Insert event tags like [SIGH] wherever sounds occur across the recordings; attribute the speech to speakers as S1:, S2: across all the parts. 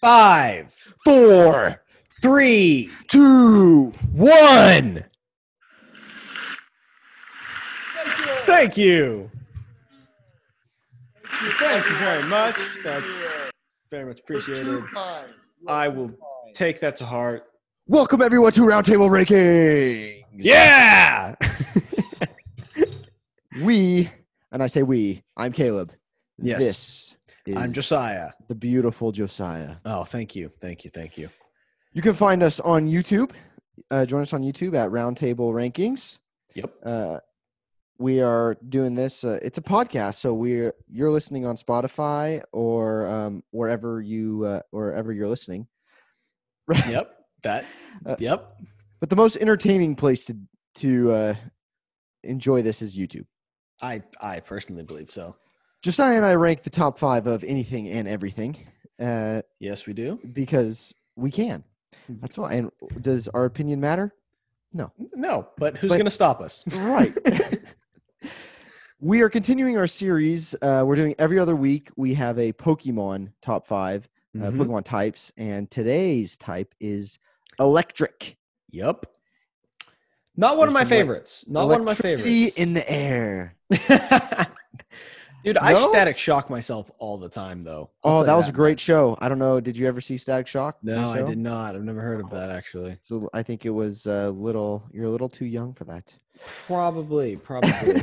S1: Five, four, three,
S2: Two.
S1: one. Thank you.
S2: Thank you very much. That's very much appreciated.
S3: Too kind. You're
S2: I
S3: too
S2: will
S3: kind.
S2: Take that to heart.
S4: Welcome everyone to Roundtable Rankings.
S1: Yeah.
S4: We, and I say we, I'm Caleb.
S2: Yes.
S4: This is
S1: I'm Josiah.
S4: the beautiful Josiah.
S1: Oh, thank you. Thank you. Thank you.
S4: You can find us on YouTube. Uh, join us on YouTube at Roundtable Rankings.
S2: Yep.
S4: Uh, we are doing this. Uh, it's a podcast, so we're you're listening on Spotify or um, wherever you uh, wherever you're listening.
S1: Yep. That.
S4: Uh,
S1: yep.
S4: But the most entertaining place to to uh, enjoy this is YouTube.
S1: I I personally believe so.
S4: Josiah and I rank the top five of anything and everything uh,
S1: Yes, we do.
S4: because we can.
S1: Hmm.
S4: That's why. And does our opinion matter?
S1: No, but who's
S4: uh, But- Uh,
S1: going to stop us?
S4: Right. [LAUGHS] we are continuing our series. Uh, we're doing every other week. We have a Pokemon top five, uh,
S1: Mhm.
S4: Pokemon types, and today's type is electric.
S1: Yep. Not one of
S4: There's
S1: my
S4: some, like,
S1: favorites. Not one of my
S4: Electricity
S1: favorites.
S4: in the air.
S1: [LAUGHS] Dude, I
S4: No?
S1: static shock myself all the time, though. I'll
S4: Oh,
S1: tell
S4: that
S1: you
S4: was a great
S1: much.
S4: show. I don't know. Did you ever see Static Shock? the
S1: No, I
S4: show?
S1: did not. I've never heard of that actually.
S4: So I think it was a little. You're a little too young for that.
S1: Probably, [LAUGHS] probably.
S4: [LAUGHS]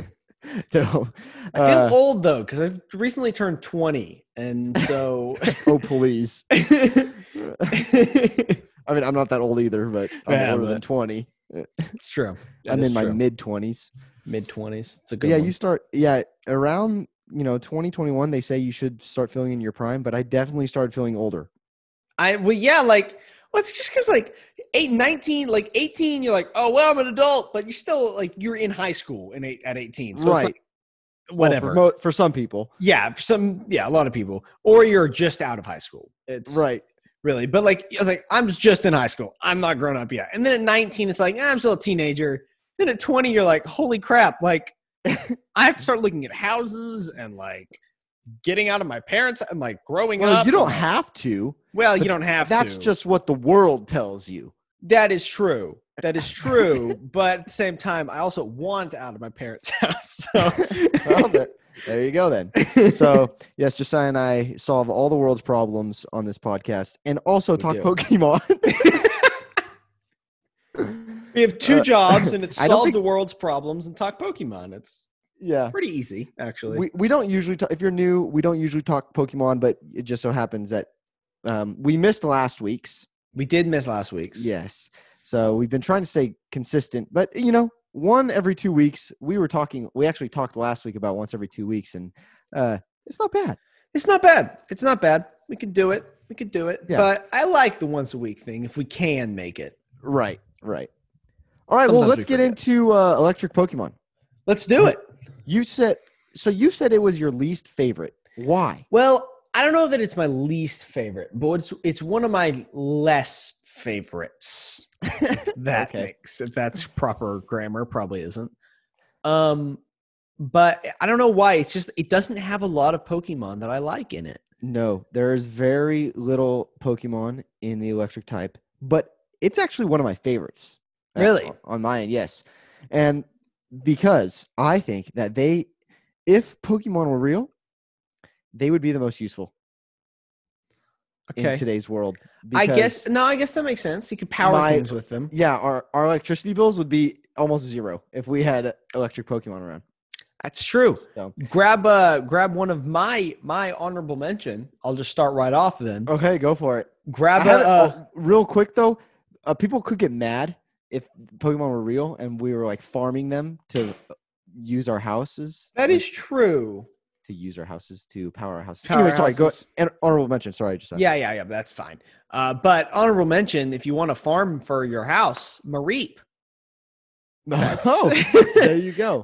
S4: No.
S1: I feel
S4: Uh,
S1: old though because I've recently turned twenty, and
S4: [LAUGHS]
S1: so [LAUGHS]
S4: oh please! I
S1: it's
S4: mean, I'm not that old either, but I'm
S1: Yeah,
S4: older than
S1: but-
S4: 20.
S1: [LAUGHS] true.
S4: I'm in my mid 20s.
S1: mid twenties. It's a good
S4: Yeah,
S1: one.
S4: you start. Yeah, around you know 2021, they say you should start feeling in your prime, but I definitely started feeling older.
S1: I well, yeah, like well, it's just because like eight, 19, like eighteen, you're like, oh well, I'm an adult, but you're still like you're in high school in eight, at eighteen, so it's
S4: Right.
S1: like
S4: Well,
S1: whatever.
S4: for, mo- for some people,
S1: yeah, for some yeah, a lot of people, or you're just out of high school. It's
S4: right?
S1: really, but like I was like, I'm just in high school. I'm not grown up yet. And then at nineteen, it's like ah, I'm still a teenager. Then at twenty, you're like, holy crap,
S4: [LAUGHS]
S1: like I have to start looking at houses and like getting out of my parents and like growing
S4: Well,
S1: up.
S4: you don't
S1: and, like,
S4: have to.
S1: well, you
S4: but
S1: don't have.
S4: That's
S1: to.
S4: just what the world tells you.
S1: That is true. That is true.
S4: [LAUGHS]
S1: but at the same time, I also want out of my parents' [LAUGHS] house.
S4: [LAUGHS]
S1: So
S4: Well, there, there you go then.
S1: [LAUGHS]
S4: So yes, Josiah and I solve all the world's problems on this podcast, and also
S1: We
S4: talk
S1: do.
S4: Pokemon. [LAUGHS]
S1: we have two
S4: Uh,
S1: jobs, and it's
S4: [LAUGHS] I don't
S1: solve
S4: think-
S1: the world's problems and talk Pokemon. It's
S4: yeah.
S1: pretty easy, actually.
S4: we, we don't usually talk, if you're new we don't usually talk pokemon but it just so happens that um, we missed last week's
S1: we did miss last week's.
S4: yes so we've been trying to stay consistent but you know one every two weeks we were talking we actually talked last week about once every two weeks and uh, it's not bad
S1: It's not bad. It's not bad. We could do it. We could do it.
S4: Yeah.
S1: But I like the once a week thing if we can make it.
S4: right right all right well
S1: Sometimes
S4: let's
S1: we
S4: get
S1: forget.
S4: into uh, electric pokemon
S1: Let's
S4: Mm-hmm.
S1: do it.
S4: you said so you said it was your least favorite why
S1: Well, I don't know that it's my least favorite, but it's it's one of my less favorites. If that
S4: [LAUGHS] Okay.
S1: makes if that's proper grammar, probably isn't. Um, but I don't know why. It's just it doesn't have a lot of Pokemon that I like in it.
S4: no there is very little pokemon in the electric type but it's actually one of my favorites Uh,
S1: Really?
S4: o- on my end yes and because i think that they if pokemon were real they would be the most useful in
S1: Okay.
S4: today's world
S1: I guess
S4: because,
S1: no. I guess that makes sense. You could power
S4: My-
S1: things with them.
S4: yeah our, our electricity bills would be almost zero if we had electric pokemon around
S1: That's true.
S4: so
S1: Grab uh grab one of my my honorable mention. I'll just start right off then.
S4: okay go for it Oh, I
S1: Grab a
S4: haven't-
S1: uh,
S4: oh, real quick though uh, people could get mad if pokemon were real and we were like farming them to uh, use our houses
S1: that
S4: like,
S1: is true.
S4: to use our houses to power our houses
S1: Power
S4: anyway sorry go
S1: houses.
S4: and honorable mention sorry just
S1: Yeah, yeah, yeah. That's fine. Uh, but honorable mention, if you want to farm for your house, Mareep. [LAUGHS] That's-
S4: [LAUGHS] Oh, there you
S1: [LAUGHS]
S4: go.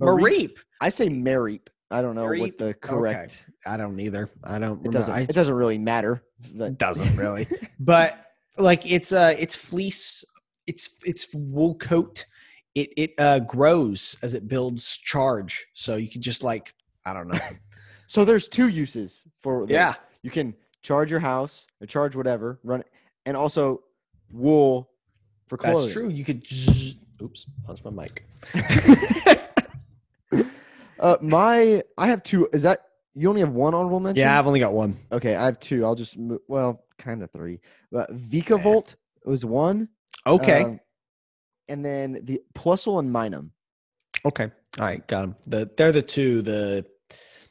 S1: Mareep.
S4: I say Mareep. I don't know
S1: Mareep.
S4: what the correct.
S1: I don't either. I don't.
S4: It
S1: remember.
S4: doesn't.
S1: I-
S4: it doesn't really matter.
S1: [LAUGHS]
S4: but-
S1: it
S4: [LAUGHS]
S1: doesn't really. but like, it's uh, it's fleece. It's it's wool coat. It it uh, grows as it builds charge.
S4: [LAUGHS]
S1: So you can just like I don't know.
S4: so there's two uses for. the- You can charge your house or charge whatever, run it, and also wool for clothing.
S1: That's true. You could. Zzz, oops, punch my mic.
S4: [LAUGHS]
S1: [LAUGHS]
S4: Uh, my I have two. Is that you only have one honorable mention?
S1: yeah, I've only got one.
S4: Okay, I have two. I'll just mo- well, kind of three. But Vicavolt was one.
S1: Okay.
S4: um, and then the Plusle and Minum.
S1: okay. All right. Got them. The, they're the two. The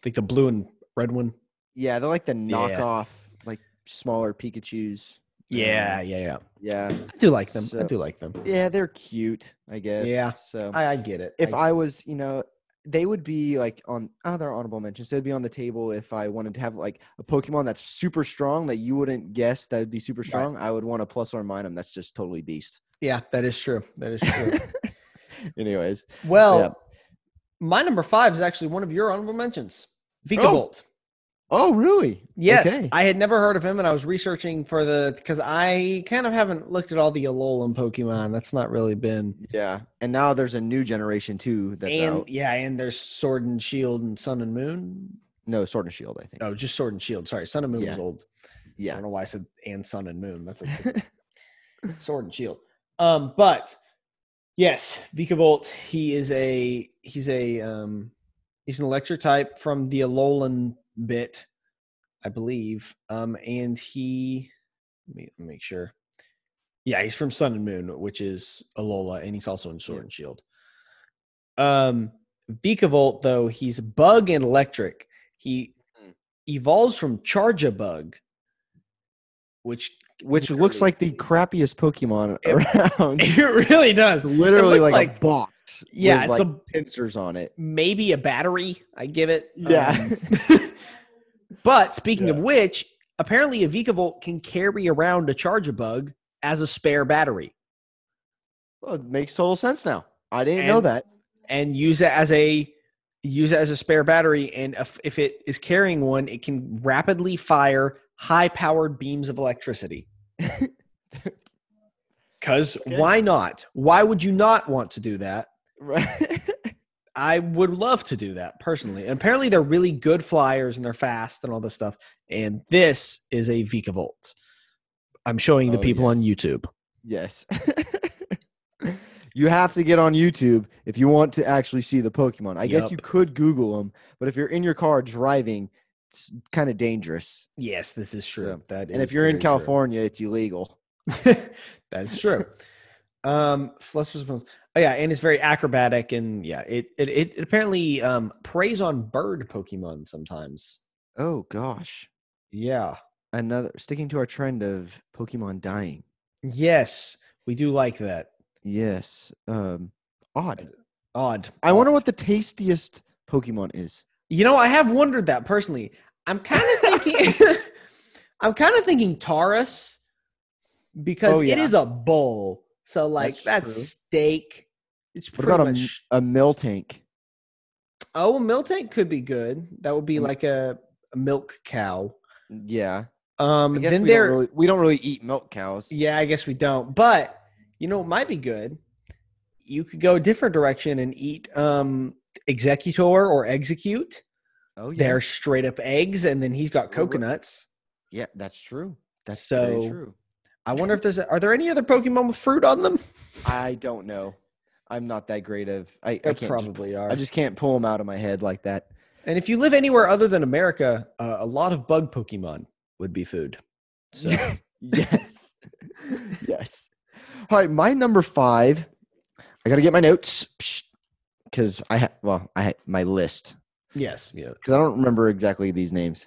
S1: like the blue and red one.
S4: Yeah, they're like the knockoff, like smaller Pikachu's.
S1: Yeah. Yeah. Yeah.
S4: Yeah,
S1: I do like them. I
S4: So-
S1: do like them.
S4: yeah, they're cute. I guess.
S1: Yeah,
S4: So
S1: I, I get it.
S4: if I was, you know, they would be like on other honorable mentions. They'd be on the table if I wanted to have like a Pokemon that's super strong that you wouldn't guess that would be super strong. I would want a plus or minus that's just totally beast. [LAUGHS]
S1: yeah, that is true. That is [LAUGHS] true.
S4: Anyways,
S1: well,
S4: Yeah.
S1: my number five is actually one of your honorable mentions. Vikabolt.
S4: oh really?
S1: Yes,
S4: Okay.
S1: I had never heard of him, and I was researching for the because I kind of haven't looked at all the Alolan Pokemon. That's not really been
S4: yeah, and now there's a new generation too that's
S1: and
S4: out.
S1: yeah, and there's Sword and Shield and Sun and Moon.
S4: No, Sword and Shield, I think.
S1: No, just Sword and Shield. Sorry, Sun and Moon
S4: Yeah.
S1: was old. I
S4: Yeah,
S1: don't know why I said and Sun and Moon. That's a
S4: [LAUGHS]
S1: Sword and Shield. Um, but yes, Vikavolt. He is a he's a um, he's an electric type from the Alolan bit, I believe. Um, and he let me let me make sure. Yeah, he's from Sun and Moon, which is Alola, and he's also in Sword
S4: Yeah.
S1: and Shield. Um, Vikavolt though he's bug and electric. He
S4: Mm.
S1: evolves from Charge Bug, which [LAUGHS]
S4: which looks like the crappiest Pokemon [LAUGHS]
S1: [LAUGHS]
S4: around.
S1: it really does.
S4: It's literally
S1: looks
S4: like, a
S1: like-
S4: box.
S1: Yeah, it's
S4: with, like
S1: a
S4: pincers on it.
S1: maybe a battery. I give it.
S4: Yeah.
S1: Um, [LAUGHS] but speaking of
S4: Yeah.
S1: which, apparently a Vikavolt can carry around a charger bug as a spare battery
S4: Well, it makes total sense now. I didn't know
S1: And-
S4: that. [LAUGHS]
S1: and use it as a use it as a spare battery. And if, if it is carrying one, it can rapidly fire high powered beams of
S4: [LAUGHS]
S1: electricity. Because
S4: Okay.
S1: why not? Why would you not want to do that?
S4: Right.
S1: I would love to do that personally. And apparently, they're really good flyers and they're fast and all this stuff. And this is a Vikavolt. I'm showing the
S4: Oh,
S1: people on
S4: yes.
S1: YouTube.
S4: yes. [LAUGHS] you have to get on YouTube if you want to actually see the Pokemon. I guess
S1: Yup.
S4: you could Google them, but if you're in your car driving, it's kind of dangerous.
S1: Yes, this is true.
S4: Yeah.
S1: That
S4: and
S1: is
S4: if you're in
S1: very true.
S4: California, it's illegal.
S1: [LAUGHS] That's true. um, Fluster's bones. Oh yeah, and it's very acrobatic and yeah, it it, it apparently um, preys on bird Pokemon sometimes.
S4: Oh gosh.
S1: Yeah.
S4: Another sticking to our trend of Pokemon dying.
S1: Yes, we do like that.
S4: Yes. Um odd.
S1: Odd.
S4: I wonder what the tastiest Pokemon is.
S1: You know, I have wondered that personally. I'm kind
S4: [LAUGHS]
S1: of thinking, [LAUGHS] I'm kind of thinking Taurus because
S4: Oh,
S1: it
S4: yeah.
S1: is a bull. So like
S4: That's
S1: that's,
S4: true.
S1: steak. It's
S4: What
S1: pretty
S4: about a, m-
S1: much.
S4: a Miltank?
S1: oh, a milk tank could be good. That would be
S4: Mm.
S1: like a, a milk cow.
S4: Yeah. I
S1: Um,
S4: guess
S1: then
S4: we, don't
S1: there.
S4: really, we don't really eat milk cows.
S1: yeah, I guess we don't. But you know, what might be good. You could go a different direction and eat um executor or execute.
S4: Oh
S1: They're straight up eggs, and then he's got
S4: We're- we're-
S1: coconuts.
S4: Yeah, that's true. That's very
S1: So-
S4: true.
S1: I wonder if there's are there any other Pokemon with fruit on them?
S4: I don't know. I'm not that great of. I, I
S1: There
S4: can't. Just,
S1: probably are.
S4: I just can't pull them out of my head like that.
S1: and if you live anywhere other than America, uh, a lot of bug Pokemon would be food. So
S4: [LAUGHS] yes. yes. All right, my number five. I gotta get my notes because I ha- well I ha- my list
S1: yes, yeah,
S4: because I don't remember exactly these names.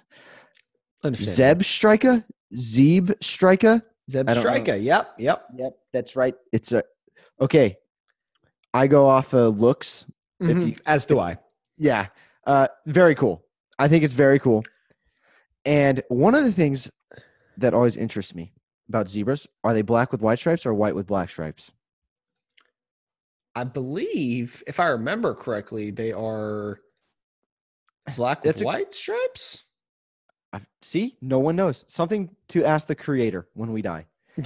S1: understand.
S4: Zeb Striker, Zeb Striker.
S1: Zeb
S4: I don't know.
S1: Striker. Yep, yep.
S4: Yep, that's right. It's a okay. I go off uh, looks.
S1: Mhm.
S4: you-
S1: As do I.
S4: Yeah. Uh, very cool. I think it's very cool. And one of the things that always interests me about zebras are they black with white stripes or white with black stripes?
S1: I believe, if I remember correctly, they are black
S4: That's
S1: with
S4: a-
S1: white
S4: [LAUGHS]
S1: stripes.
S4: i see, no one knows. Something to ask the creator when we die. [LAUGHS]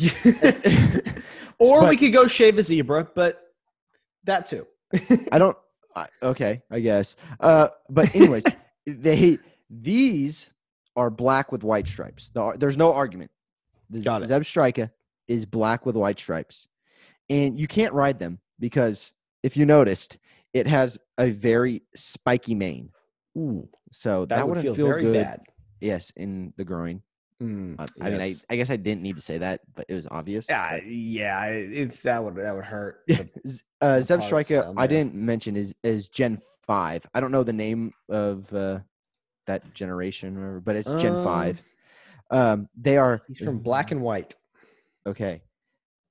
S1: or
S4: But-
S1: we could go shave a zebra, but that too.
S4: I don't. I, okay, I guess. Uh, but anyways, they these are black with white stripes. The ar- there's no argument. The Z-
S1: Got it.
S4: Zeb Striker is black with white stripes, and you can't ride them because if you noticed, it has a very spiky mane.
S1: Ooh,
S4: So that,
S2: That, would feel,
S4: wouldn't feel
S2: very
S4: good.
S2: bad.
S4: Yes, in the groin.
S1: Mm.
S4: Uh, I mean, I,
S1: Yes.
S4: I guess I didn't need to say that, but it was obvious.
S1: yeah,
S4: but-
S1: yeah. It's that would that would hurt.
S4: Yeah. Z- uh, Zeb
S1: parts
S4: Striker,
S1: down
S4: I
S1: there.
S4: didn't mention is is Gen Five. I don't know the name of uh, that generation, or whatever, but it's Gen
S1: Um,
S4: Five. Um, they are
S1: He's from black and white.
S4: okay.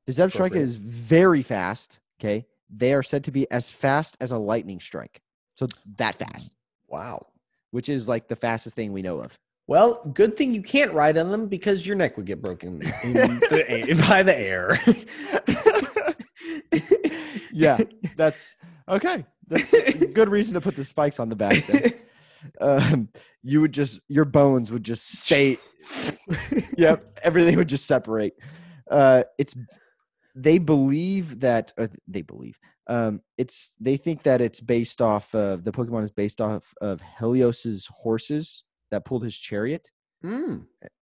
S4: The Zeb Striker
S1: Appropriate.
S4: is very fast. Okay, they are said to be as fast as a lightning strike. So that fast,
S1: Wow.
S4: which is like the fastest thing we know of.
S1: Well, good thing you can't ride on them because your neck would get broken in
S4: [LAUGHS]
S1: the a- by the air.
S4: Yeah, that's okay.
S1: [LAUGHS]
S4: That's a good reason to put the spikes on the back. Then. Um, you would just your bones would just stay yep everything would just separate uh it's they believe that or they believe um it's they think that it's based off of the pokemon is based off of helios's horses that pulled his chariot
S1: Mm.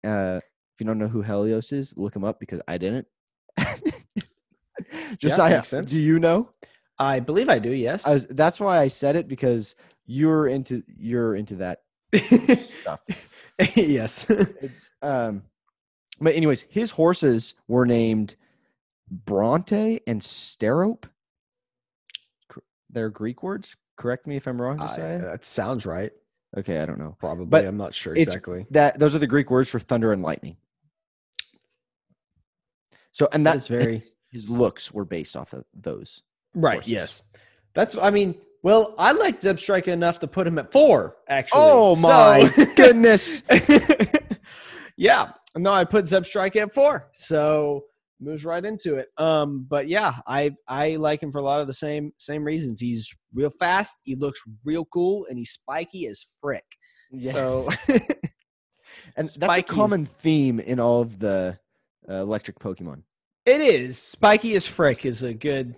S4: uh if you don't know who helios is look him up because i didn't [LAUGHS] just
S1: makes sense.
S4: do you know
S1: I believe I do. Yes.
S4: I was, that's why i said it because you're into you're into that stuff
S1: [LAUGHS] yes.
S4: it's um but anyways his horses were named bronte and sterope Cor- they're greek words correct me if i'm wrong
S1: I- uh,
S4: Josiah.
S1: that sounds right.
S4: okay i don't know
S1: Probably.
S4: But
S1: I'm not sure
S4: it's-
S1: exactly.
S4: that those are the greek words for thunder and lightning so and
S1: That
S4: that's
S1: is very-
S4: his, his looks were based off of those
S1: Right.
S4: horses.
S1: Yes. That's. I mean. Well, I liked Zeb Striker enough to put him at four. Actually.
S4: oh
S1: So-
S4: my
S1: [LAUGHS]
S4: goodness
S1: yeah. No, I put Zeb Strike at four. So moves right into it. Um, but yeah, I I like him for a lot of the same same reasons. He's real fast, he looks real cool, and he's spiky as frick.
S4: [LAUGHS]
S1: So
S4: and that's a
S1: Spiky's-
S4: common theme in all of the uh, electric pokemon
S1: it is. Spiky as frick is a good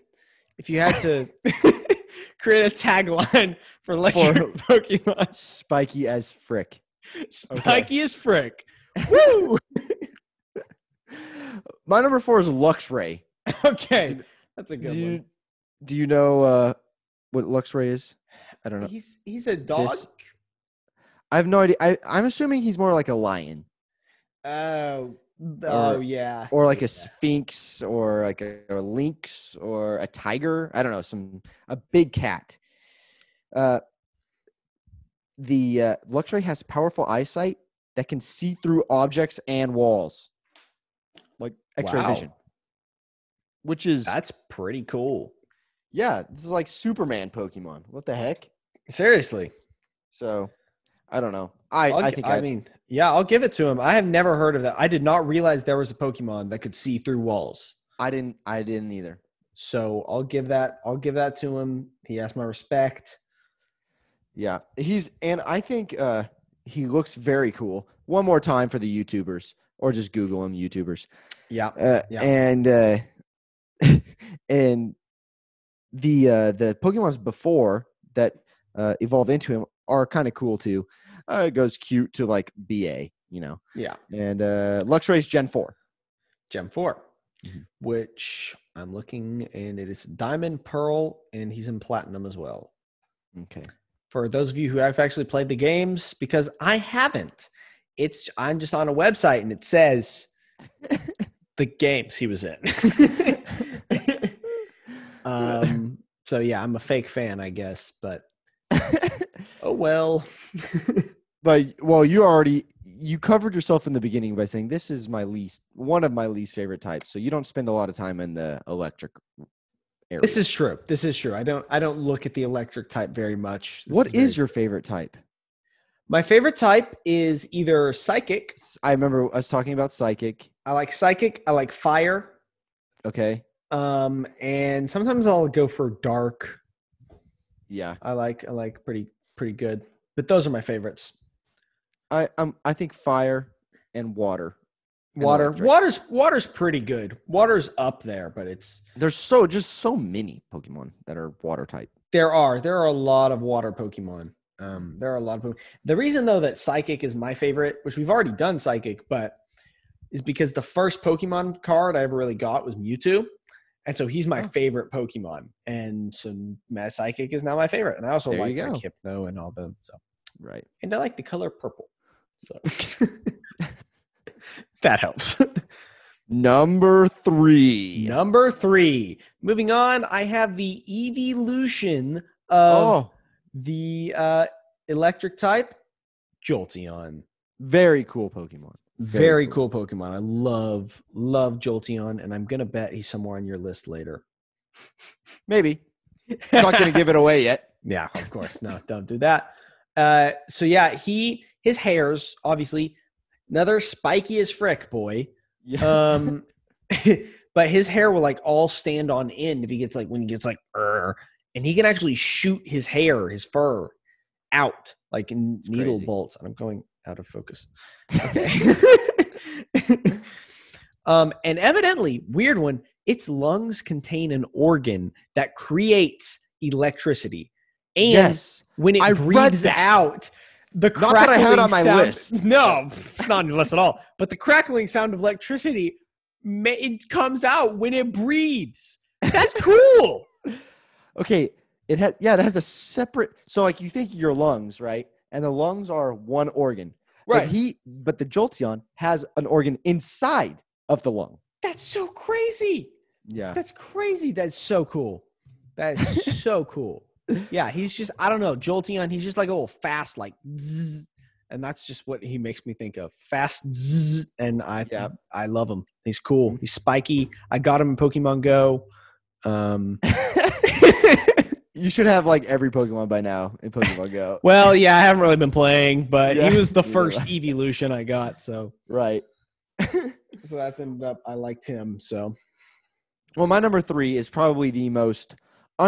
S1: if you had to [LAUGHS] create a tagline for electric [LAUGHS] Pokemon.
S4: spiky as frick
S1: Spiky as frick. Woo! [LAUGHS]
S4: My number four is Luxray.
S1: Okay.
S4: Do-
S1: That's a
S4: Do
S1: good
S4: you, do you know uh, what Luxray is? I don't
S1: one.
S4: know.
S1: He's he's a dog.
S4: This- I have no idea. I, I'm assuming he's more like a lion
S1: Oh, oh
S4: Or-
S1: yeah.
S4: or like
S1: Yeah.
S4: a sphinx or like a, a lynx or a tiger. I don't know. Some a big cat. Uh, the uh, Luxray has powerful eyesight that can see through objects and walls, like X-ray
S1: Wow.
S4: vision, which is
S1: That's pretty cool.
S4: yeah. This is like Superman Pokemon. What the heck?
S1: Seriously.
S4: So I don't know. I,
S1: I'll
S4: I
S1: gi-
S4: think
S1: I,
S4: I,
S1: mean, yeah, I'll give it to him. I have never heard of that. I did not realize there was a Pokemon that could see through walls.
S4: I didn't I didn't either.
S1: So I'll give that. I'll give that to him. He has my respect.
S4: Yeah. He's and I think uh he looks very cool. One more time for the YouTubers or just Google him YouTubers.
S1: Yeah.
S4: Uh
S1: Yeah.
S4: and uh [LAUGHS] and the uh the Pokemons before that uh evolve into him are kind of cool too. Uh it goes cute to like BA, you know.
S1: Yeah.
S4: And uh Luxray's Gen 4.
S1: Gem 4 Mm-hmm. which I'm looking, and it is Diamond, Pearl, and he's in Platinum as well.
S4: Okay.
S1: for those of you who have actually played the games because I haven't. It's I'm just on a website and it says
S4: [LAUGHS]
S1: the games he was in. um, so yeah, I'm a fake fan, I guess, but oh well. [LAUGHS]
S4: But well, you already you covered yourself in the beginning by saying this is my least one of my least favorite types. So you don't spend a lot of time in the electric area.
S1: This is true. This is true. I don't I don't look at the electric type very much. This
S4: what is,
S1: very-
S4: your favorite type?
S1: My favorite type is either psychic.
S4: S- I remember us talking about psychic.
S1: I like psychic, I like fire.
S4: Okay,
S1: Um and sometimes I'll go for dark.
S4: yeah,
S1: I like I like pretty pretty good. But those are my favorites.
S4: I um I think fire and water. And
S1: Water.
S4: electric.
S1: Water's water's pretty good. Water's up there, but it's
S4: There's so just so many Pokemon that are water type.
S1: there are there are a lot of water Pokemon. Um, there are a lot of them. The reason though that Psychic is my favorite, which we've already done Psychic, but is because the first Pokemon card I ever really got was Mewtwo, and so he's my
S4: Oh.
S1: favorite Pokemon, and so Mass Psychic is now my favorite, and I also
S4: There
S1: like
S4: you
S1: like
S4: go.
S1: Hypno and all them. So
S4: Right.
S1: and I like the color purple, so
S4: [LAUGHS]
S1: [LAUGHS] that helps. [LAUGHS]
S4: Number three.
S1: Number three. Moving on, I have the evolution of
S4: Oh,
S1: the uh, electric type, Jolteon.
S4: very cool Pokemon.
S1: Very,
S4: Very
S1: cool. Pokemon. I love, love Jolteon, and I'm gonna bet he's somewhere on your list later.
S4: Maybe. Not gonna give it away
S1: [LAUGHS]
S4: yet.
S1: yeah, of course.
S4: [LAUGHS]
S1: No, don't do that. Uh, so yeah, he his hairs, obviously, another spiky as frick boy.
S4: Yeah.
S1: Um, [LAUGHS] but his hair will like all stand on end if he gets like when he gets like, "Arr," and he can actually shoot his hair, his fur, out like in needle
S4: crazy.
S1: bolts. And I'm going out of focus. Okay.
S4: [LAUGHS]
S1: [LAUGHS] um, and evidently, weird one. Its lungs contain an organ that creates electricity, and
S4: yes.
S1: when it
S4: I read
S1: breathes
S4: that.
S1: out the
S4: Not that I had it
S1: crackling
S4: on my
S1: sound- [LAUGHS]
S4: list.
S1: No, pff, not on your list at all. But the crackling sound of electricity, ma- it comes out when it breathes.
S4: [LAUGHS]
S1: That's cool.
S4: Okay. It has yeah, it has a separate so like you think your lungs, right? And the lungs are one organ. But he but the Jolteon has an organ inside of the lung.
S1: That's so crazy.
S4: Yeah.
S1: That's crazy. That's so cool. That is so cool. Yeah, he's just I don't know Jolteon. He's just like a little fast, like, zzz, and that's just what he makes me think of. Fast, zzz, and I
S4: Yeah.
S1: I love him. He's cool. He's spiky. I got him in Pokemon Go. [LAUGHS] Um,
S4: [LAUGHS] you should have like every Pokemon by now in Pokemon Go.
S1: [LAUGHS] well, yeah, I haven't really been playing, but
S4: Yeah.
S1: he was the
S4: Neither
S1: first
S4: have
S1: evolution I got, so
S4: Right.
S1: so that's ended up I liked him. So
S4: Well, my number three is probably the most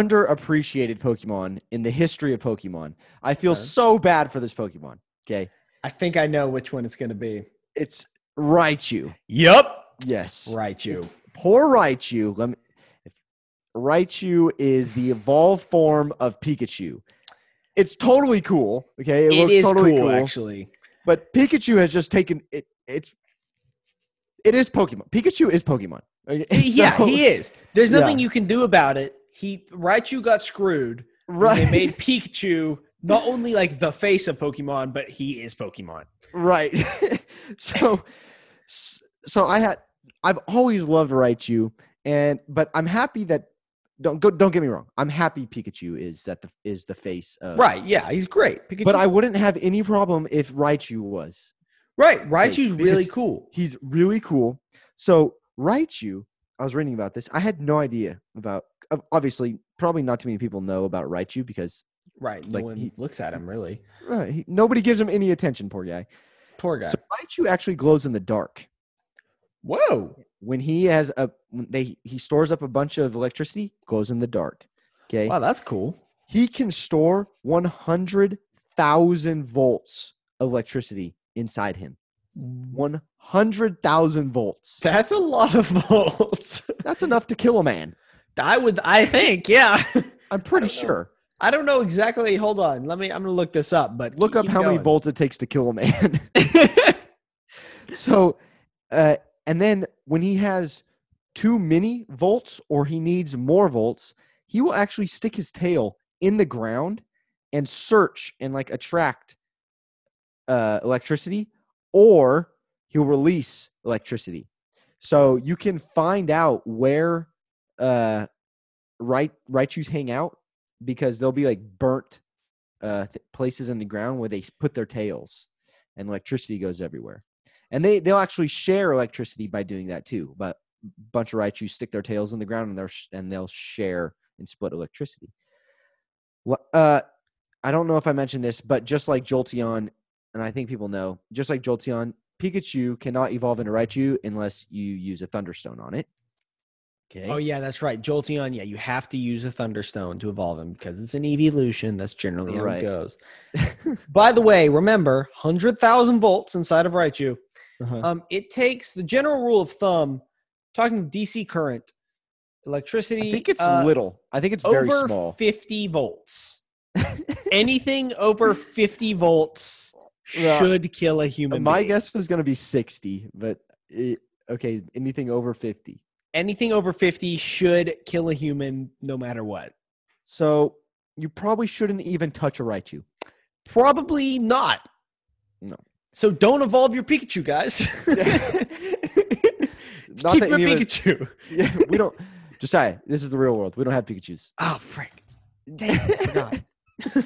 S4: underappreciated Pokemon in the history of Pokemon. I feel
S1: Okay.
S4: so bad for this Pokemon. Okay.
S1: I think I know which one it's going to be.
S4: It's Raichu.
S1: Yup,
S4: Yes.
S1: right, you.
S4: Poor Raichu. Let me, if, Raichu is the evolved form of Pikachu. It's totally cool. Okay. It,
S1: It
S4: looks
S1: is
S4: totally
S1: cool,
S4: cool.
S1: actually.
S4: But Pikachu has just taken it. It's, it is Pokemon. Pikachu is Pokemon. Okay,
S1: yeah,
S4: [LAUGHS] so-
S1: he is. There's
S4: Yeah.
S1: nothing you can do about it. He Raichu got screwed. when
S4: right.
S1: They made Pikachu not only like the face of Pokemon, but he is Pokemon.
S4: [LAUGHS] Right. [LAUGHS] so, s- so I had I've always loved Raichu, and but I'm happy that don't go, don't get me wrong. I'm happy Pikachu is that the is the face of
S1: Right? Yeah, he's great. Pikachu.
S4: Uh, But I wouldn't have any problem if Raichu was.
S1: right, Raichu's
S4: because-
S1: really cool.
S4: He's really cool. So Raichu, I was reading about this. I had no idea about. ob- Obviously, probably not too many people know about Raichu because
S1: Right, no
S4: like,
S1: one
S4: he-
S1: looks at him really.
S4: uh, he, nobody gives him any attention. Poor guy.
S1: Poor guy.
S4: So Raichu actually glows in the dark.
S1: Whoa.
S4: when he has a when they he stores up a bunch of electricity goes in the dark okay
S1: Wow, that's cool.
S4: he can store 100000 volts of electricity inside him 100000 volts
S1: That's a lot of volts.
S4: that's enough to kill a man
S1: [LAUGHS] I would, I think, yeah. [LAUGHS]
S4: i'm pretty
S1: don't know.
S4: sure
S1: I don't know exactly. Hold on, let me. I'm gonna look this up. But
S4: look
S1: keep-
S4: up
S1: keep
S4: how many
S1: going.
S4: volts it takes to kill a man [LAUGHS]
S1: [LAUGHS]
S4: so uh and then when he has too many volts or he needs more volts he will actually stick his tail in the ground and search and like attract uh electricity or he'll release electricity so you can find out where uh right Raichu's hang out because they'll be like burnt uh th- places in the ground where they put their tails and electricity goes everywhere and they they'll actually share electricity by doing that too but bunch of Raichu stick their tails in the ground and they're sh- and they'll share and split electricity Wha- uh i don't know if i mentioned this but just like jolteon and i think people know just like jolteon pikachu cannot evolve into Raichu unless you use a thunderstone on it okay
S1: Oh yeah, that's right. Jolteon, yeah, you have to use a Thunderstone to evolve him because it's an evolution. That's generally how it
S4: Right.
S1: goes. By the way, remember, hundred thousand volts inside of Raichu.
S4: Uh-huh.
S1: Um, it takes the general rule of thumb, talking DC current, electricity.
S4: I think it's
S1: uh,
S4: little. I think it's very
S1: over
S4: small. [LAUGHS]
S1: fifty volts. anything over 50 volts
S4: Yeah.
S1: should kill a human
S4: Uh, My
S1: being.
S4: guess was going to be 60, but it, okay, anything over 50.
S1: anything over 50 should kill a human no matter what.
S4: So you probably shouldn't even touch a Raichu.
S1: Probably not.
S4: No.
S1: So don't evolve your Pikachu,
S4: [LAUGHS]
S1: guys. [LAUGHS]
S4: Not
S1: Keep
S4: that
S1: your
S4: any of us-
S1: Pikachu.
S4: [LAUGHS] Yeah, we don't. Josiah, this is the real world. We don't
S1: [LAUGHS]
S4: have Pikachu's.
S1: Oh, frick. Damn, I forgot.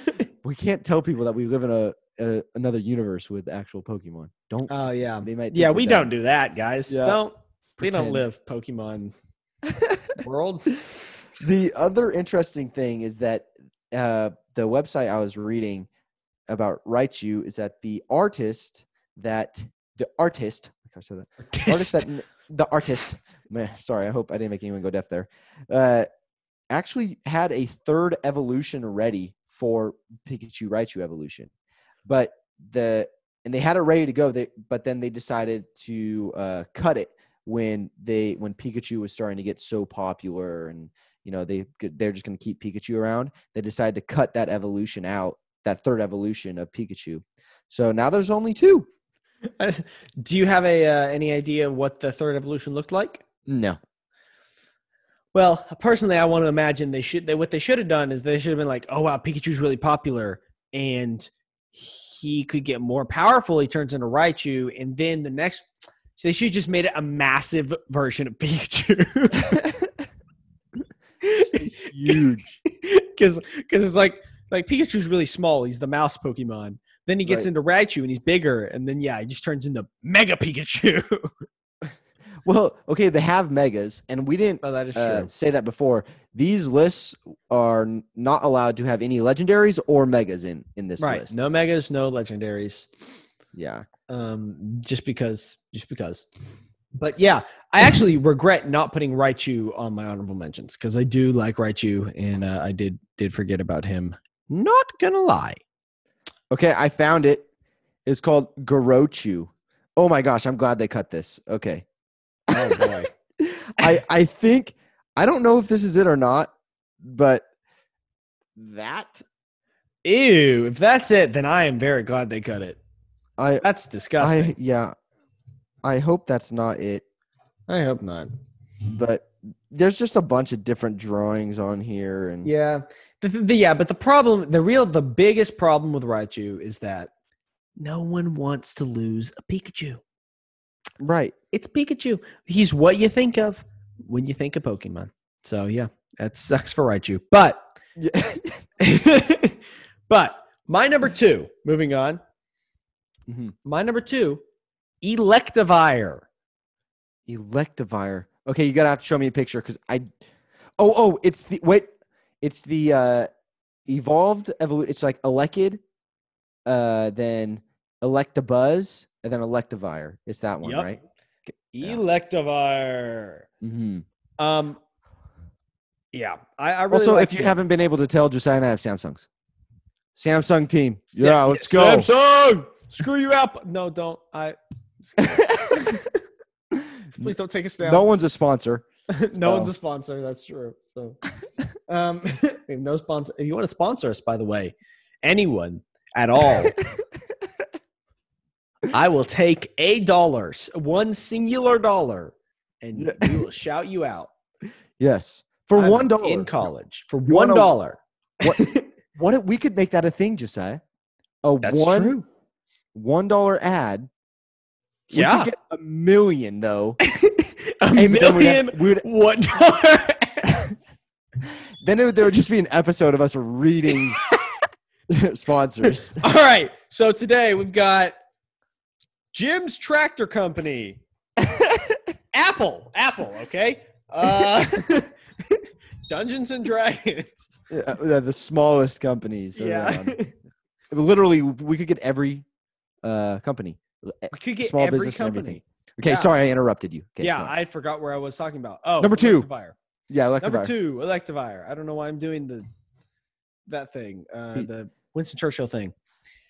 S4: [LAUGHS] We can't tell people that we live in a, a another universe with actual Pokemon. Don't.
S1: Oh, yeah.
S4: they
S1: [LAUGHS]
S4: might.
S1: Yeah,
S4: think
S1: we
S4: we're dumb.
S1: don't do that, guys.
S4: Yeah.
S1: Don't. We don't
S4: Pretend.
S1: live
S4: [LAUGHS]
S1: Pokemon world.
S4: Um, the other interesting thing is that uh, the website I was reading about Raichu is that the artist that the artist, like I said that, artist that n- the artist, meh, sorry, I hope I didn't make anyone go deaf there, uh, actually had a third evolution ready for Pikachu Raichu evolution, but the and they had it ready to go. They but then they decided to uh, cut it when they when Pikachu was starting to get so popular and you know they could- they're just going to keep Pikachu around. They decided to cut that evolution out, that third evolution of Pikachu. So now there's only two. [LAUGHS]
S1: [LAUGHS] do you have a uh, any idea what the third evolution looked like?
S4: No.
S1: Well, personally, I want to imagine they should. They, what they should have done is they should have been like, "Oh wow, Pikachu's really popular, and he could get more powerful. He turns into Raichu, and then the next." So they should have just made it a massive version of [LAUGHS] Pikachu.
S4: Huge.
S1: because because it's like like Pikachu's really small. He's the mouse Pokemon. Then he gets
S4: Right.
S1: into Raichu and he's bigger, and then yeah, he just turns into Mega Pikachu.
S4: well, okay, they have megas, and we didn't
S1: oh, that is
S4: uh, say that before. These lists are n- not allowed to have any legendaries or megas in in this
S1: right?
S4: list.
S1: No megas, no legendaries.
S4: Yeah.
S1: Um, just because, just because. But yeah, I actually regret not putting Raichu on my honorable mentions because I do like Raichu, and uh, I did did forget about him. Not gonna lie.
S4: Okay, I found it. It's called Garochu. Oh my gosh, I'm glad they cut this. Okay.
S1: Oh boy.
S4: [LAUGHS] I I think I don't know if this is it or not, but that
S1: [LAUGHS] Ew! If that's it, then I am very glad they cut it.
S4: I
S1: That's
S4: I
S1: disgusting.
S4: yeah. I hope that's not it,
S1: I hope not.
S4: but there's just a bunch of different drawings on here and
S1: Yeah. The, the, the- yeah, but the problem, the real, the biggest problem with Raichu is that no one wants to lose a Pikachu.
S4: right.
S1: It's Pikachu. He's what you think of when you think of Pokemon. So yeah, that sucks for Raichu. But, [LAUGHS]
S4: Yeah. [LAUGHS]
S1: but my number two, moving on.
S4: Mhm.
S1: My number two, Electivire.
S4: Electivire. Okay, you gotta have to show me a picture because I. Oh, oh, it's the wait. It's the uh evolved evolu. It's like Elekid, uh, then Electabuzz, and then Electivire. It's that one,
S1: Yep.
S4: right? Yeah.
S1: Electivire.
S4: Mm-hmm.
S1: Um, yeah, I, I really
S4: also,
S1: like
S4: if you
S1: him.
S4: haven't been able to tell, Josiah and I have Samsungs. Samsung team.
S1: Sam-
S4: Yeah, let's go.
S1: Samsung, screw you up. No, don't. I
S4: [LAUGHS]
S1: please don't take us down.
S4: no one's a sponsor.
S1: [LAUGHS] no one's a sponsor. That's true. So, um, [LAUGHS] we have no sponsor. If you want to sponsor us, by the way, anyone at all, I will take a dollar, s- one singular dollar, and
S4: Yeah.
S1: we will shout you out
S4: Yes, [LAUGHS] for
S1: I'm
S4: one dollar
S1: in college for
S4: You
S1: one
S4: wanna-
S1: dollar.
S4: What? what? If, we could make that a thing, Josiah. A
S1: That's
S4: one
S1: true.
S4: one dollar ad. We could
S1: Yeah,
S4: get a
S1: [COUGHS]
S4: million though.
S1: [LAUGHS] a
S4: and then we'd have-
S1: million
S4: we'd-
S1: one
S4: [LAUGHS]
S1: dollar.
S4: then it, would- there would just be an episode of
S1: [LAUGHS]
S4: us reading sponsors.
S1: All right. So today we've got Jim's Tractor
S4: [LAUGHS]
S1: Company. Apple. Apple, okay? Uh [LAUGHS] Dungeons and Dragons.
S4: Uh, the, the smallest companies.
S1: yeah.
S4: around.
S1: [LAUGHS]
S4: Literally, we could get every uh, company.
S1: we could get
S4: Small
S1: every
S4: business and
S1: company.
S4: everything. Okay,
S1: Yeah.
S4: sorry I interrupted you. Okay,
S1: yeah,
S4: go on.
S1: I forgot where I was talking about. Oh,
S4: Number two.
S1: Electivire.
S4: yeah. Electivire.
S1: Number 2, Electivire. I don't know why I'm doing the that thing. Uh
S4: He-
S1: the Winston Churchill thing.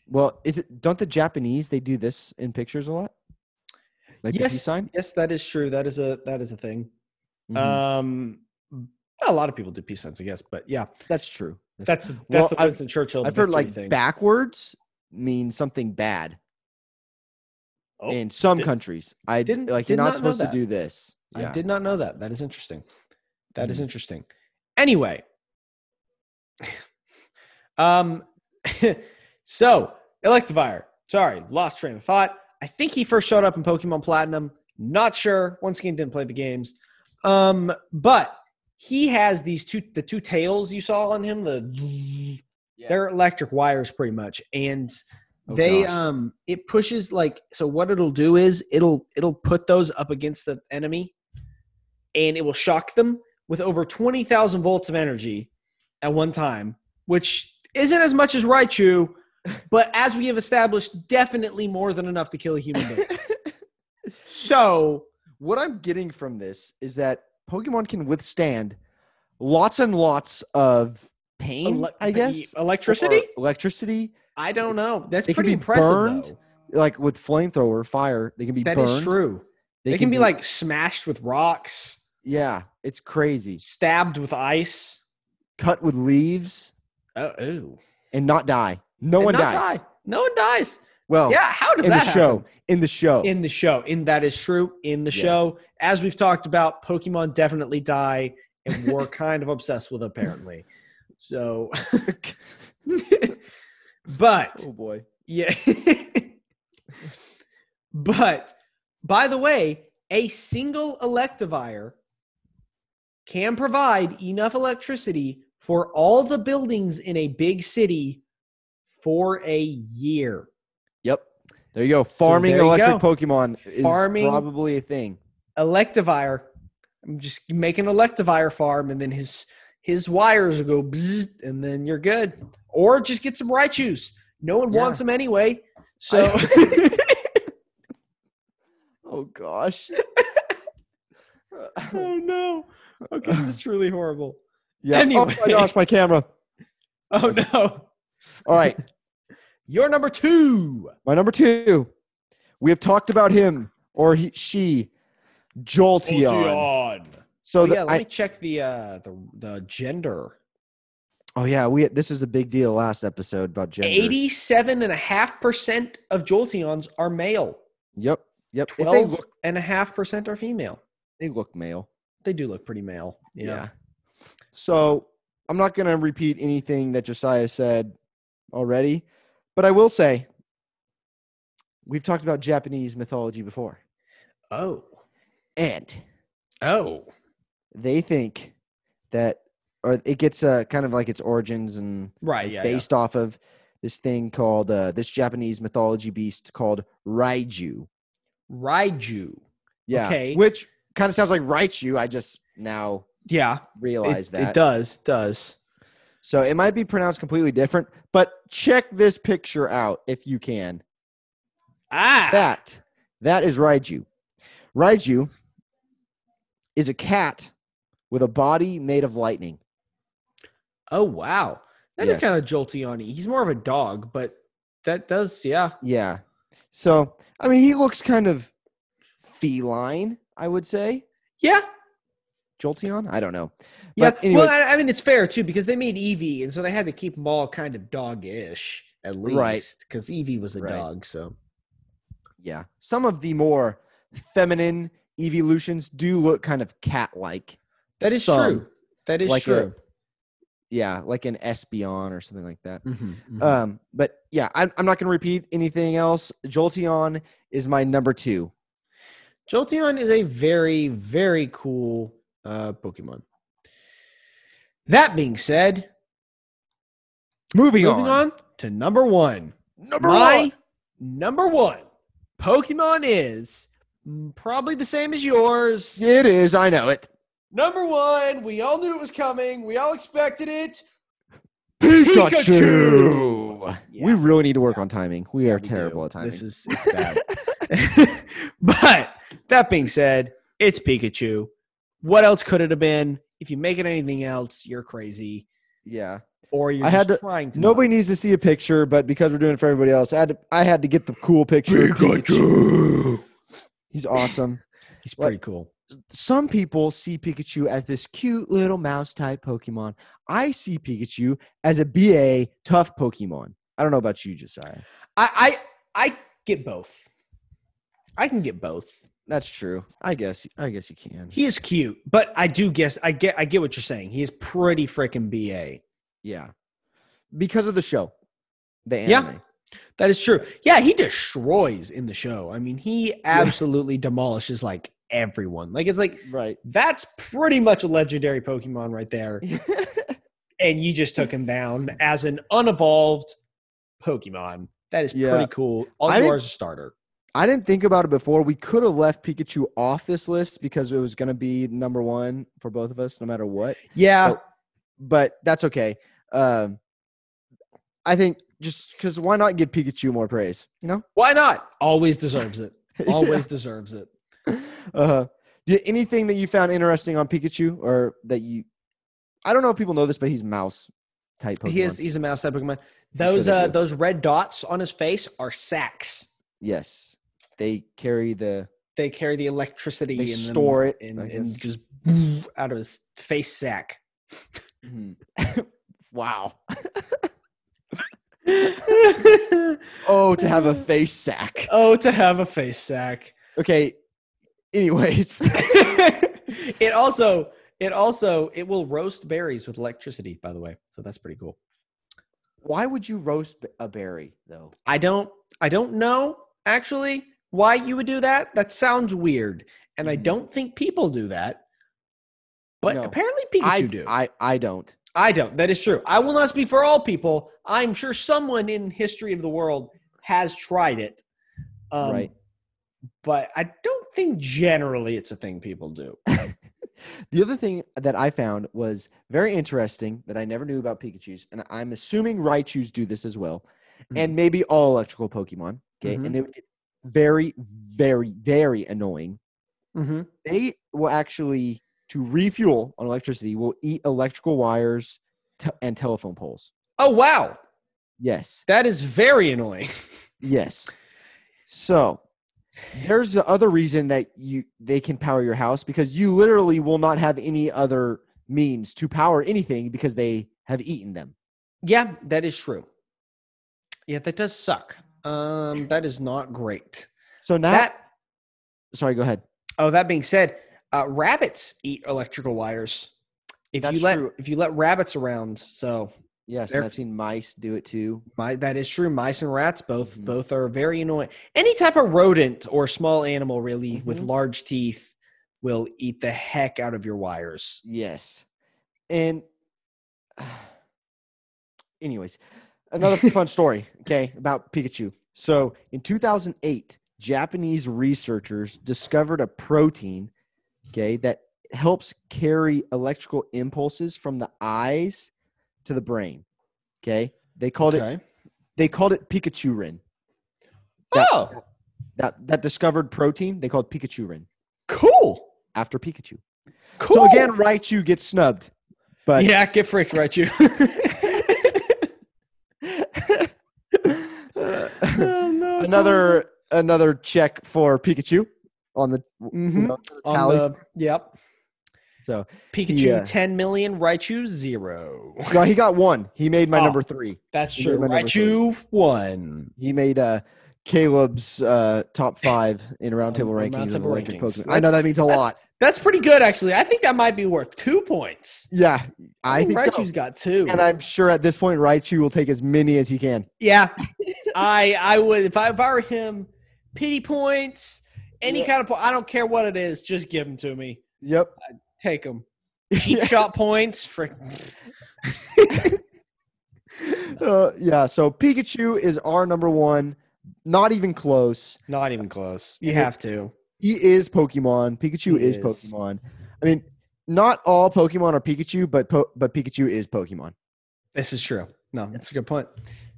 S4: Well, is it? Don't the Japanese they do this in pictures a lot? Like the peace
S1: yes.
S4: sign.
S1: Yes, that is true. That is a that is a thing.
S4: Mhm,
S1: Uh, Um a lot of people do peace signs, I guess, but yeah.
S4: Mm-hmm. that's true.
S1: That's the, that's
S4: Well,
S1: the
S4: I've-
S1: Winston Churchill. the
S4: I've heard like
S1: victory thing.
S4: backwards means something bad
S1: Oh,
S4: in some
S1: did-
S4: countries. I
S1: didn't-
S4: didn't like
S1: did
S4: you're
S1: not
S4: not
S1: know
S4: supposed
S1: that.
S4: to do this.
S1: I
S4: Yeah.
S1: did not know that. That is interesting. That is
S4: Mhm.
S1: interesting. Anyway, [LAUGHS] um, [LAUGHS] so Electivire. Sorry, lost train of thought. I think he first showed up in Pokemon Platinum. Not sure. Once again, didn't play the games. Um, but he has these two, the two tails you saw on him. The they're electric wires, pretty much, and
S4: Oh,
S1: they
S4: gosh.
S1: um it pushes like so what it'll do is it'll it'll put those up against the enemy and it will shock them with over 20,000 volts of energy at one time which isn't as much as
S4: [LAUGHS]
S1: Raichu but as we have established definitely more than enough to kill a human being so
S4: what I'm getting from this is that Pokemon can withstand lots and lots of pain,
S1: ele-
S4: I
S1: the
S4: guess.
S1: electricity
S4: or electricity,
S1: I don't know that's
S4: They can
S1: pretty
S4: be
S1: impressive
S4: burned.
S1: though
S4: like with flamethrower, fire, they can be
S1: that is
S4: burned.
S1: true they, can, be like smashed with rocks
S4: yeah, it's crazy.
S1: stabbed with ice
S4: Cut with leaves
S1: oh ew.
S4: and not die. No
S1: and
S4: one
S1: not
S4: dies.
S1: die. No one dies.
S4: Well,
S1: yeah, how does
S4: in the
S1: that
S4: show, in the show,
S1: happen? In the show, in that is true. In the
S4: Yes.
S1: show, as we've talked about, Pokemon definitely die, and
S4: [LAUGHS]
S1: we're kind of obsessed with apparently. So, [LAUGHS] but
S4: oh boy,
S1: yeah, [LAUGHS] but by the way, a single Electivire can provide enough electricity for all the buildings in a big city for a year.
S4: yep. There you go.
S1: So
S4: Farming
S1: there you
S4: electric Pokemon is
S1: Farming-
S4: probably a thing.
S1: Electivire. I'm just make an Electivire farm, and then his his wires will go, bzzz, and then you're good. Or just get some Raichus. No one
S4: Yeah.
S1: wants them anyway. So
S4: Oh
S1: [LAUGHS]
S4: gosh.
S1: [LAUGHS] oh no. Okay, [LAUGHS] this is truly horrible.
S4: yeah.
S1: Anyway.
S4: Oh my gosh, my camera.
S1: Oh no.
S4: All right.
S1: You're number two.
S4: My number two, we have talked about him or he, she, Jolteon. So
S1: Oh,
S4: the,
S1: yeah, let
S4: I,
S1: me check the uh the the gender.
S4: oh yeah, we this is a big deal. Last episode about gender.
S1: 87.5% of Jolteons are male.
S4: Yep, yep. If they look,
S1: 12.5% are female.
S4: they look male.
S1: They do look pretty male.
S4: Yeah.
S1: yeah.
S4: So I'm not gonna repeat anything that Josiah said already, but I will say we've talked about Japanese mythology before,
S1: Oh.
S4: and
S1: Oh.
S4: they think that, or it gets uh, kind of like its origins and
S1: Right. Yeah.
S4: based off of this thing called uh, this Japanese mythology beast called Raiju.
S1: yeah. Raiju.
S4: Yeah,
S1: Okay.
S4: which kind of sounds like Raichu. I just now
S1: Yeah.
S4: realize
S1: It,
S4: that.
S1: it does. Does.
S4: So it might be pronounced completely different, but check this picture out if you can.
S1: Ah.
S4: That that is Raiju. Raiju is a cat with a body made of lightning.
S1: Oh wow. That is
S4: Yes.
S1: kind of jolty on you. He's more of a dog, but that does. Yeah.
S4: Yeah. So I mean, he looks kind of feline, I would say.
S1: Yeah.
S4: Jolteon, I don't know.
S1: Yeah.
S4: But anyway-
S1: well, I, I mean, it's fair too because they made Eevee, and so they had to keep them all kind of dog-ish at least,
S4: Right.
S1: Because Eevee was a
S4: Right.
S1: dog, so
S4: Yeah. Some of the more feminine evolutions do look kind of cat like.
S1: that is
S4: Some.
S1: true. That is
S4: Like a-
S1: true.
S4: Yeah, like an Espeon or something like that.
S1: Mhm, mhm.
S4: Um, but yeah, I'm, I'm not going to repeat anything else. Jolteon is my number two.
S1: Jolteon is a very, very cool uh, Pokemon. That being said,
S4: Moving,
S1: moving on. to number one.
S4: Number
S1: My
S4: one.
S1: number one Pokemon is mm, probably the same as yours.
S4: It is. I know it.
S1: Number one, we all knew it was coming. We all expected it.
S4: Pikachu.
S1: Yeah.
S4: We really need to work on timing. We are
S1: We
S4: terrible
S1: do.
S4: at timing.
S1: This
S4: [LAUGHS]
S1: is it's bad. [LAUGHS] but that being said, it's Pikachu. What else could it have been? If you make it anything else, you're crazy,
S4: yeah.
S1: or you're
S4: I
S1: just
S4: had to-
S1: trying to.
S4: Nobody needs to see a picture, but because we're doing it for everybody else, I had to, I had to get the cool picture. of Pikachu. He's awesome.
S1: He's
S4: Like-
S1: pretty cool.
S4: some people see Pikachu as this cute little mouse type Pokemon. I see Pikachu as a BA tough Pokemon. I don't know about you, Josiah.
S1: I I I get both. I can get both.
S4: That's true. I guess I guess you can.
S1: He is cute, but I do guess I get I get what you're saying. He is pretty freaking BA.
S4: Yeah. Because of the show. The
S1: Yeah.
S4: anime.
S1: That is true. Yeah, he destroys in the show. I mean, he absolutely demolishes like everyone. Like it's like [LAUGHS]
S4: Right.
S1: that's pretty much a legendary Pokemon right there. And you just took him down as an unevolved Pokemon. That is
S4: Yeah.
S1: pretty cool. All
S4: I
S1: you
S4: didn't-
S1: are is a starter.
S4: I didn't think about it before. We could have left Pikachu off this list because it was going to be number 1 for both of us no matter what.
S1: Yeah.
S4: Oh. But that's okay. Um I think just cuz why not give Pikachu more praise, you know? [LAUGHS]
S1: Why not? Always deserves it.
S4: Yeah.
S1: Always deserves it.
S4: uh, do, anything that you found interesting on Pikachu or that you I don't know if people know this, but he's mouse type Pokemon.
S1: He is he's a mouse type Pokemon. Those
S4: they
S1: uh
S4: do.
S1: those red dots on his face are sacs.
S4: Yes. They carry the
S1: They carry the electricity
S4: They
S1: and
S4: store it,
S1: and,
S4: I
S1: and just out of his face
S4: [LAUGHS]
S1: [LAUGHS] sac.
S4: Mm-hmm. Wow.
S1: oh,
S4: Oh, to [LAUGHS] have a face sack.
S1: to have a face sac.
S4: Okay. Anyways. [LAUGHS]
S1: [LAUGHS] it also it also it will roast berries with electricity, by the way. So that's pretty cool.
S4: Why would you roast b- a berry though?
S1: I don't I don't know actually why you would do that. That sounds weird. And I
S4: Mhm.
S1: don't think people do that. But
S4: No.
S1: apparently Pikachu
S4: I
S1: do.
S4: I I don't.
S1: I don't. That is true. I will not speak for all people. I'm sure someone in history of the world has tried it. Um,
S4: Right.
S1: But I don't think generally it's a thing people do.
S4: The other thing that I found was very interesting that I never knew about Pikachu's, and I'm assuming Raichu's do this as well, and maybe all electrical Pokemon. Okay,
S1: Mhm.
S4: and they would get very, very, very annoying.
S1: Mm-hmm.
S4: They will actually, to refuel on electricity, will eat electrical wires te- and telephone poles.
S1: Oh wow,
S4: Yes,
S1: that is very annoying.
S4: yes. So there's the other reason that you they can power your house because you literally will not have any other means to power anything because they have eaten them.
S1: yeah, that is true. Yeah, that does suck. Um, that is not great.
S4: So now,
S1: That.
S4: sorry, go ahead.
S1: Oh, that being said, uh, rabbits eat electrical wires. If
S4: That's
S1: you let
S4: true.
S1: if you let rabbits around, so
S4: Yes,
S1: There-
S4: and I've seen mice do it too.
S1: My, that is true. Mice and rats both
S4: Mhm.
S1: both are very annoying. Any type of rodent or small animal really with
S4: Mhm.
S1: large teeth will eat the heck out of your wires.
S4: Yes, and [SIGHS] anyways, another fun story. Okay, about Pikachu. So in 2008, Japanese researchers discovered a protein, okay, that helps carry electrical impulses from the eyes to the brain. Okay, they called it they called it Pikachurin. That-
S1: Oh,
S4: That that discovered protein they called Pikachurin
S1: cool.
S4: after Pikachu.
S1: Cool.
S4: So again, Raichu gets snubbed. But Oh,
S1: yeah, get fricked, right?
S4: [LAUGHS]
S1: You. [LAUGHS]
S4: [LAUGHS]
S1: [LAUGHS] no,
S4: another another check for Pikachu on the, you
S1: hmm
S4: know, the
S1: on
S4: tally.
S1: the yep.
S4: so
S1: Pikachu
S4: Yeah.
S1: ten million, Raichu zero. [LAUGHS]
S4: no, he got one. He made my
S1: Oh.
S4: number three.
S1: That's
S4: You
S1: true.
S4: made my number three.
S1: Raichu one.
S4: He made uh Caleb's uh top five in roundtable
S1: Um,
S4: rankings of
S1: roundtable
S4: electric
S1: rankings.
S4: Pokemon. I know
S1: That's-
S4: that means a
S1: that's-
S4: lot.
S1: That's pretty good, actually. I think that might be worth two points.
S4: Yeah, I think so.
S1: Raichu's got two.
S4: And I'm sure at this point, Raichu will take as many as he can.
S1: Yeah,
S4: [LAUGHS]
S1: I I would if I, if I were him, pity points, any
S4: Yeah.
S1: kind of point. I don't care what it is, just give them to me.
S4: Yep.
S1: Take them. Cheap
S4: [LAUGHS] Yeah.
S1: shot points. Frick.
S4: Uh, yeah. So Pikachu is our number one. Not even close.
S1: Not even close. You
S4: Yeah.
S1: have to.
S4: he is Pokemon. Pikachu
S1: He
S4: is.
S1: is.
S4: Pokemon. I mean, not all Pokemon are Pikachu, but po- but Pikachu is Pokemon.
S1: This is true. No, that's a good point.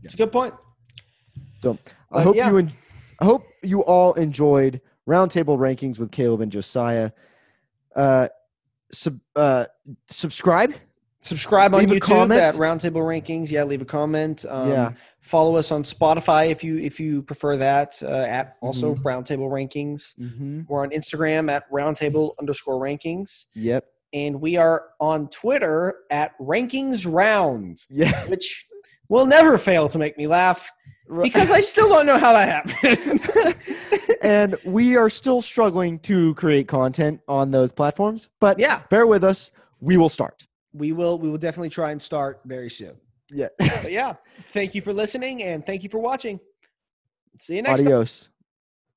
S1: It's a good point.
S4: I
S1: But Uh,
S4: hope
S1: yeah.
S4: you en- I hope you all enjoyed roundtable rankings with Caleb and Josiah. Uh, sub- uh, subscribe
S1: Subscribe on
S4: Leave a
S1: YouTube
S4: comment.
S1: at Roundtable Rankings. Yeah, leave a comment. Um,
S4: Yeah.
S1: Follow us on Spotify if you if you prefer that. Uh, at also Roundtable Rankings.
S4: Mm-hmm.
S1: We're on Instagram at Roundtable underscore Rankings,
S4: Yep. [LAUGHS]
S1: and we are on Twitter at Rankings Round,
S4: Yeah.
S1: which will never fail to make me laugh because I still don't know how that happened. [LAUGHS]
S4: [LAUGHS] and we are still struggling to create content on those platforms, but
S1: yeah,
S4: bear with us. We will start.
S1: we will we will definitely try and start very soon.
S4: Yeah.
S1: But yeah, thank you for listening and thank you for watching. See you next time.
S4: Adios.